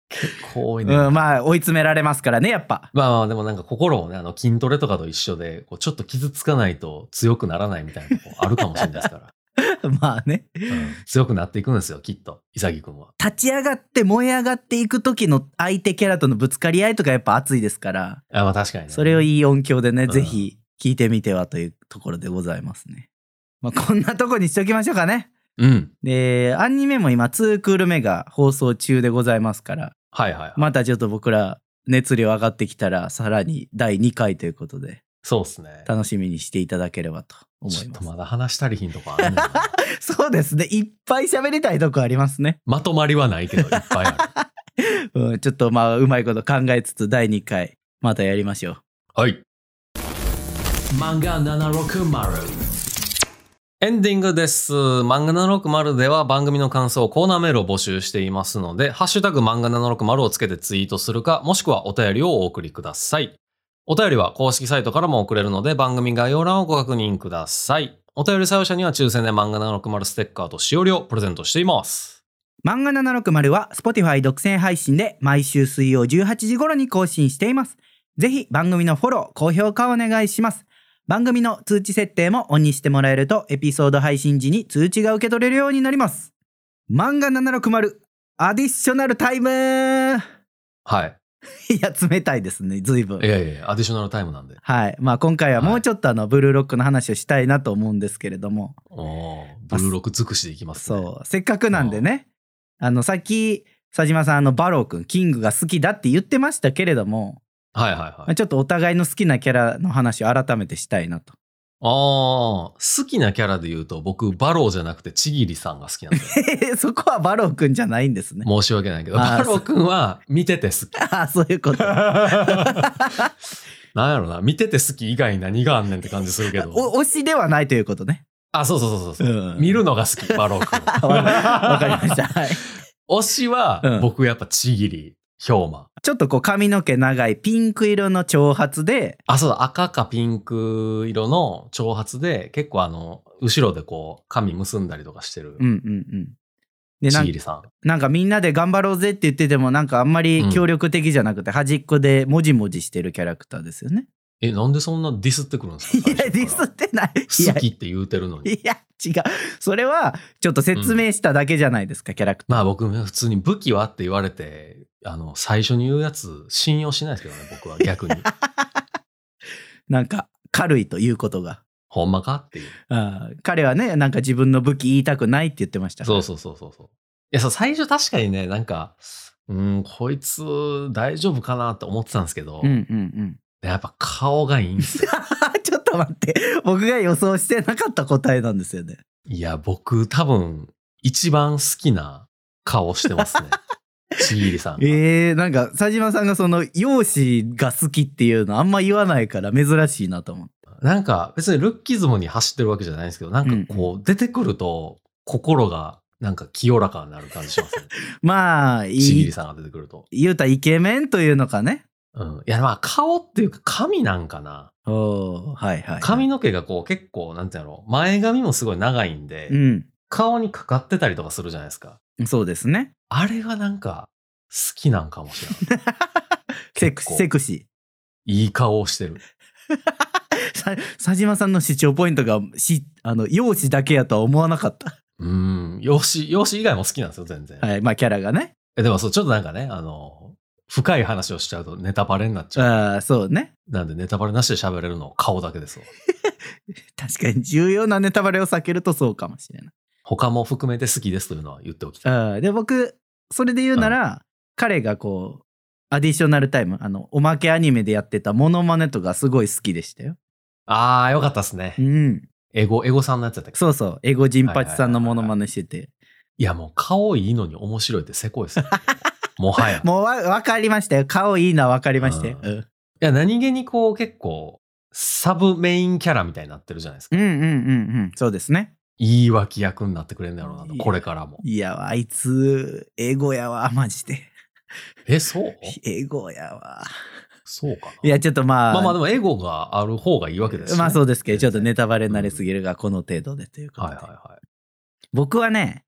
Speaker 2: 結構多いねんな
Speaker 1: うん、まあ、追い詰められますからね、やっぱ。
Speaker 2: まあまあでもなんか心をね、あの筋トレとかと一緒で、こうちょっと傷つかないと強くならないみたいなとこあるかもしれないで すから。
Speaker 1: まあね。
Speaker 2: うん強くなっていくんですよ、きっと。イサギ君は。
Speaker 1: 立ち上がって燃え上がっていく時の相手キャラとのぶつかり合いとかやっぱ熱いですから、
Speaker 2: あまあ確かにね。
Speaker 1: それをいい音響でね、
Speaker 2: うん
Speaker 1: ぜひ聞いてみてはというところでございますね。まあ、こんなとこにしときましょうかね。
Speaker 2: うん。
Speaker 1: で、アニメも今2クール目が放送中でございますから、
Speaker 2: はいはいはい。
Speaker 1: またちょっと僕ら熱量上がってきたら、さらに第2回ということで、
Speaker 2: そうですね。
Speaker 1: 楽しみにしていただければと思
Speaker 2: ち
Speaker 1: い
Speaker 2: ょっ
Speaker 1: ま
Speaker 2: と
Speaker 1: す。
Speaker 2: まだ話したりひんとこあんねんな
Speaker 1: そうですね。いっぱい喋りたいとこありますね。
Speaker 2: まとまりはないけど、いっぱいある。
Speaker 1: うん、ちょっとまあ、うまいこと考えつつ、第2回、またやりましょう。
Speaker 2: はい。漫画760。エンディングです。漫画760では番組の感想、コーナーメールを募集していますので、ハッシュタグ漫画760をつけてツイートするか、もしくはお便りをお送りください。お便りは公式サイトからも送れるので、番組概要欄をご確認ください。お便り採用者には抽選で漫画760ステッカーとしおりをプレゼントしています。
Speaker 1: 漫画760は Spotify 独占配信で毎週水曜18時頃に更新しています。ぜひ番組のフォロー、高評価をお願いします。番組の通知設定もオンにしてもらえるとエピソード配信時に通知が受け取れるようになります。漫画760アディショナルタイムい
Speaker 2: はい。
Speaker 1: や、冷 たいですね、随分
Speaker 2: い。やいやいやアディショナルタイムなんで。
Speaker 1: はい。まあ今回はもうちょっとあの、ブルーロックの話をしたいなと思うんですけれども。
Speaker 2: おーブルーロック尽くしでいきますね。
Speaker 1: そう。せっかくなんでね。あの、さっき、佐島さん、あの、バロー君、キングが好きだって言ってましたけれども、
Speaker 2: はいはいはい
Speaker 1: まあ。ちょっとお互いの好きなキャラの話を改めてしたいなと。
Speaker 2: ああ、好きなキャラで言うと、僕、バローじゃなくて、ちぎりさんが好きなん で、
Speaker 1: そこはバロー君じゃないんですね。
Speaker 2: 申し訳ないけど、
Speaker 1: あー
Speaker 2: バローくんは見てて好き。
Speaker 1: ああ、そういう こと。
Speaker 2: なんやろな、見てて好き以外に何があんねんって感じするけど。
Speaker 1: お推しではないということね。
Speaker 2: あ、そうそうそうそうう、
Speaker 1: ん。
Speaker 2: 見 るのが好き、バローくん。
Speaker 1: わ わかりました。はい。
Speaker 2: 推しは、
Speaker 1: うん
Speaker 2: 僕やっぱちぎり、ひょうま。
Speaker 1: ちょっとこう髪の毛長いピンク色の長髪で、
Speaker 2: あ、そうだ、赤かピンク色の長髪で、結構あの、後ろでこう、髪結んだりとかしてる
Speaker 1: うん、うんうん。で、な
Speaker 2: ち
Speaker 1: ん
Speaker 2: ぎりさん。
Speaker 1: なんかみんなで頑張ろうぜって言っててもなんかあんまり協力的じゃなくて端っこでもじもじしてるキャラクターですよね。
Speaker 2: え、なんでそんなディスってくるんですか
Speaker 1: いや
Speaker 2: 最初から
Speaker 1: ディスってない。いや
Speaker 2: 好きって言うてるのに。
Speaker 1: いや違う。それはちょっと説明しただけじゃないですか、キャラクター。
Speaker 2: まあ僕、普通に武器はって言われて、あの、最初に言うやつ信用しないですけどね、僕は逆に。
Speaker 1: なんか軽いということが。
Speaker 2: ほんまか っていう。
Speaker 1: あー彼はねなんか自分の武器言いたくないって言ってましたから
Speaker 2: そうそうそうそうそう。いや、そう、最初確かにね、なんか、うん、こいつ大丈夫かなって思ってたんですけど、
Speaker 1: うんうんうん。
Speaker 2: やっぱ顔がいいんですよ。
Speaker 1: ちょっと待って僕が予想してなかった答えなんですよね。
Speaker 2: いや、僕多分、一番好きな顔してます ね。ちぎりさんが。
Speaker 1: えー、なんか佐島さんがその容姿が好きっていうのあんま言わないから珍しいなと思って。
Speaker 2: なんか別にルッキズムに走ってるわけじゃないんですけど、なんかこう出てくると心がなんか清らかになる感じしますね。
Speaker 1: まあ い
Speaker 2: ちぎ
Speaker 1: い
Speaker 2: りさんが出てくると。
Speaker 1: 言うたらイケメンというのかね。
Speaker 2: うん。いやまあ顔っていうか髪なんかな。
Speaker 1: おーはいはい、はい。
Speaker 2: 髪の毛がこう結構なんていうの前髪もすごい長いんで、
Speaker 1: う
Speaker 2: 顔にかかってたりとかするじゃないですか。
Speaker 1: ん。そうですね。
Speaker 2: あれがなんか好きなんかもし れない。
Speaker 1: セク
Speaker 2: 結構
Speaker 1: セクシ
Speaker 2: いい顔をしてる。
Speaker 1: ー。さ佐島さんの主張ポイントがしあの容姿だけやとは思わなか った。
Speaker 2: うん。容姿、容姿以外も好きなんですよ、全然。
Speaker 1: はい。まあキャラがね。
Speaker 2: えでもそう、ちょっとなんかね、あの、深い話をしちゃうとネタバレになっちゃう。
Speaker 1: ああそうね。
Speaker 2: なんでネタバレなしで喋れるの顔だけですわ。
Speaker 1: 確かに重要なネタバレを避けるとそうかもしれない。
Speaker 2: 他も含めて好きですというのは言っておきたい。
Speaker 1: あーで僕それで言うなら、彼がこうアディショナルタイムあのおまけアニメでやってたモノマネとかすごい好きでしたよ。
Speaker 2: あー、よかったですね
Speaker 1: う。ん。
Speaker 2: エゴ、エゴさんのやつやったっけ
Speaker 1: そうそう。エゴジンパチさんのモノマネしてて。
Speaker 2: いや、もう顔いいのに面白いってせこい ですよ。もはや。い
Speaker 1: もうわわかりましたよ。顔いいのはわかりましたよ。
Speaker 2: う
Speaker 1: うんん
Speaker 2: や、何気にこう結構、サブメインキャラみたいになってるじゃないですか。
Speaker 1: うんうんうんうん。そうですね。
Speaker 2: 言い訳役になってくれるんだろうなと、
Speaker 1: いや
Speaker 2: これからも。
Speaker 1: いや、あいつ、エゴやわ、マジで。
Speaker 2: え、そう
Speaker 1: エゴやわ。
Speaker 2: そうかな。
Speaker 1: いや、ちょっとまあ、
Speaker 2: まあまあでも、エゴがある方がいいわけですよね
Speaker 1: まあそうですけど、ちょっと
Speaker 2: 全然
Speaker 1: ネタバレになりすぎるが、この程度でということ
Speaker 2: は
Speaker 1: で。
Speaker 2: いは
Speaker 1: 僕はね、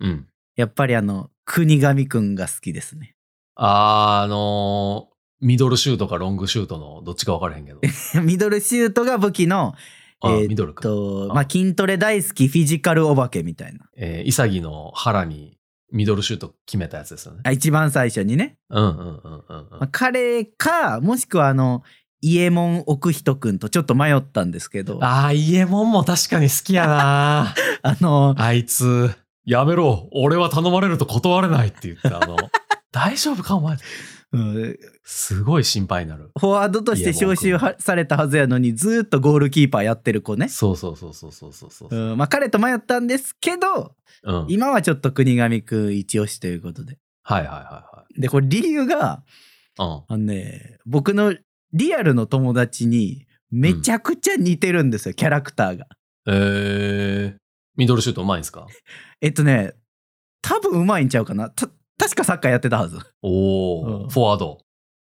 Speaker 2: いはい。うん。
Speaker 1: やっぱりあの、国神くんが好きですね。
Speaker 2: あー、あのーミドルシュートかロングシュートのどっちか分からへ んけど。
Speaker 1: ミドルシュートが武器の、
Speaker 2: あ
Speaker 1: えー
Speaker 2: ー、ミドルか。
Speaker 1: と
Speaker 2: あ
Speaker 1: まあ、筋トレ大好きフィジカルお化けみたいな。
Speaker 2: えー、イサギの腹にミドルシュート決めたやつですよね。
Speaker 1: あ一番最初にね。
Speaker 2: うんうんうんうんうん。
Speaker 1: まあ、彼か、もしくはあの、伊右衛門奥人くんとちょっと迷ったんですけど、あ
Speaker 2: ああ、イエモンも確かに好きや な
Speaker 1: の、
Speaker 2: あいつ、 やめろ、俺は頼まれると断れないって言って、あの、大丈夫かお前。
Speaker 1: うん、
Speaker 2: すごい心配になる。
Speaker 1: フォワードとして招集はされたはずやのにずーっとゴールキーパーやってる子ね、
Speaker 2: そうそうそうそうそうそうそうう。
Speaker 1: んまあ、彼と迷ったんですけど
Speaker 2: うん。はい
Speaker 1: 今はちょっと国上くん一押しということで
Speaker 2: はいは
Speaker 1: でこれ理由が
Speaker 2: いはい。
Speaker 1: あのね僕のリアルの友達にめちゃくちゃ似てるんですよ、キャラクターが
Speaker 2: うん。えー、ミドルシュートうまいんすか
Speaker 1: えっとね多分うまいんちゃうかなた確かサッカーやってたはず
Speaker 2: おお、
Speaker 1: うん
Speaker 2: フォワード。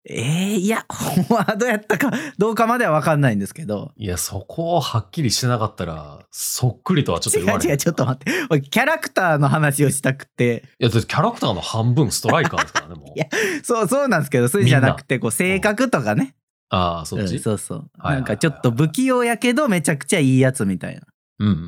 Speaker 1: えー、いやフォワードやったかどうかまでは分かんないんですけど
Speaker 2: いや、そこをはっきりしてなかったら、そっくりとはちょっと
Speaker 1: 違う
Speaker 2: 言われへん
Speaker 1: 違うちょっと待って俺キャラクターの話をしたくて
Speaker 2: いや、だってキャラクターの半分ストライカーですからね、もう
Speaker 1: い。やそうそうなんですけどそれじゃなくてこう性格とかね
Speaker 2: ああ、そっ
Speaker 1: う
Speaker 2: ち、
Speaker 1: んそうそう
Speaker 2: はいはいはいはい
Speaker 1: なんかちょっと不器用やけどめちゃくちゃいいやつみたいな
Speaker 2: うんうんうんう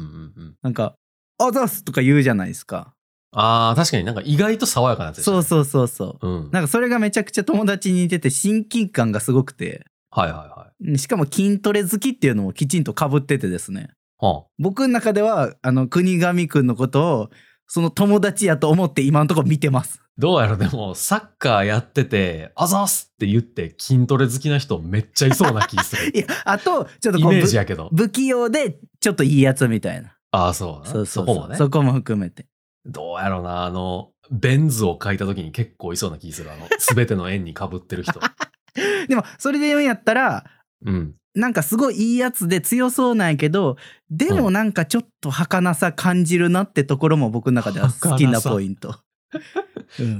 Speaker 2: ん。
Speaker 1: なんか「あざっす」とか言うじゃないですか
Speaker 2: ああ、確かになんか意外と爽やかなやつでした。
Speaker 1: そうそうそうそう
Speaker 2: うん。
Speaker 1: うなんかそれがめちゃくちゃ友達に似てて親近感がすごくて
Speaker 2: はいはいはい。
Speaker 1: うんしかも筋トレ好きっていうのもきちんとかぶっててですね
Speaker 2: は
Speaker 1: 僕の中ではあの国上くんのことをその友達やと思って今のところ見てます
Speaker 2: どうやらでも、サッカーやってて、あざーすって言って筋トレ好きな人めっちゃいそうな気する。
Speaker 1: いやあとちょっと
Speaker 2: イ
Speaker 1: こう
Speaker 2: メー
Speaker 1: ぶ
Speaker 2: ジやけど。
Speaker 1: 不器用でちょっといいやつみたいな
Speaker 2: ああ、そうな
Speaker 1: そうそうそ
Speaker 2: そ
Speaker 1: う
Speaker 2: こもね。
Speaker 1: そこも含めて
Speaker 2: どうやろうな、あの、ベン図を書いた時に結構いそうな気する。あの、すべての円に被って る人。
Speaker 1: でもそれで言うんやったら
Speaker 2: うん。
Speaker 1: なんかすごいいいやつで強そうなんやけどでもなんかちょっと儚さ感じるなってところも僕の中では好きなポイント。うん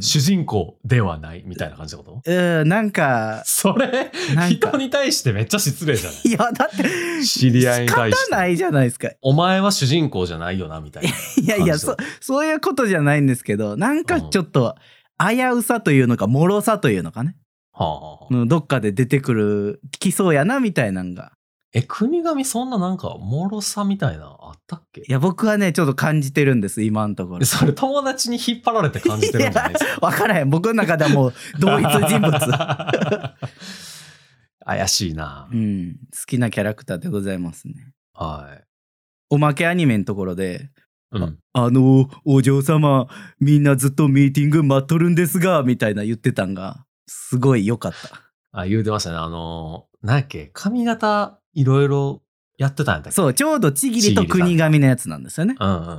Speaker 2: 主人公ではないみたいな感じのこと
Speaker 1: うん、なん か
Speaker 2: それ
Speaker 1: なんか
Speaker 2: 人に対してめっちゃ失礼じゃない
Speaker 1: いやだって
Speaker 2: 知り合いに対し
Speaker 1: 仕方な
Speaker 2: て。
Speaker 1: いじゃないですか。
Speaker 2: お前は主人公じゃないよな、みたい な。
Speaker 1: いやいや
Speaker 2: 感じだ
Speaker 1: そそういうことじゃないんですけどなんかちょっと危うさというのか脆さというのかね、
Speaker 2: はあはあはあ
Speaker 1: うん、どっかで出てくる来そうやなみたいなんが
Speaker 2: え、国神そんななんか、脆さみたいなのあったっけ
Speaker 1: いや僕はねちょっと感じてるんです今のところ。
Speaker 2: それ友達に引っ張られて感じてるんじゃないですか。
Speaker 1: 分からへん僕の中ではもう同一人 物。
Speaker 2: 物。怪しいな
Speaker 1: う。ん、好きなキャラクターでございますね。
Speaker 2: はい。
Speaker 1: おまけアニメのところで、
Speaker 2: うん。
Speaker 1: あのお嬢様、みんなずっとミーティング待っとるんですが、みたいな言ってたんが、すごい良かった。
Speaker 2: あ、言うてましたね。あのー、何やっけ髪型いろいろやってたんやったっけう。
Speaker 1: そう、ちょうどちぎりと国神のやつなんですよね。
Speaker 2: うんうんうんうんうん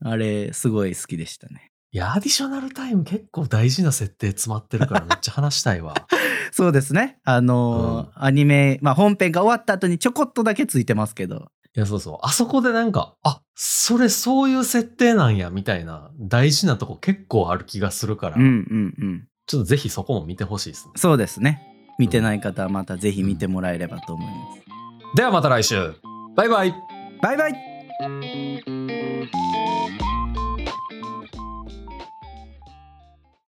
Speaker 2: うん。
Speaker 1: あれ、すごい好きでしたね。
Speaker 2: いや、アディショナルタイム結構大事な設定詰まって るからめっちゃ話したいわ。
Speaker 1: そうですね。あのーアニメ、まあ本編が終わった後にちょこっとだけついてますけど、
Speaker 2: いや、そうそう。あそこでなんか、あ、それそういう設定なんや、みたいな、大事なとこ結構ある気がするから、
Speaker 1: うんうんうん。
Speaker 2: ちょっとぜひそこも見てほしいですね。
Speaker 1: そうですね。見てない方はまたぜひ見てもらえればと思います。
Speaker 2: ではまた来週バイバイ
Speaker 1: バイバイ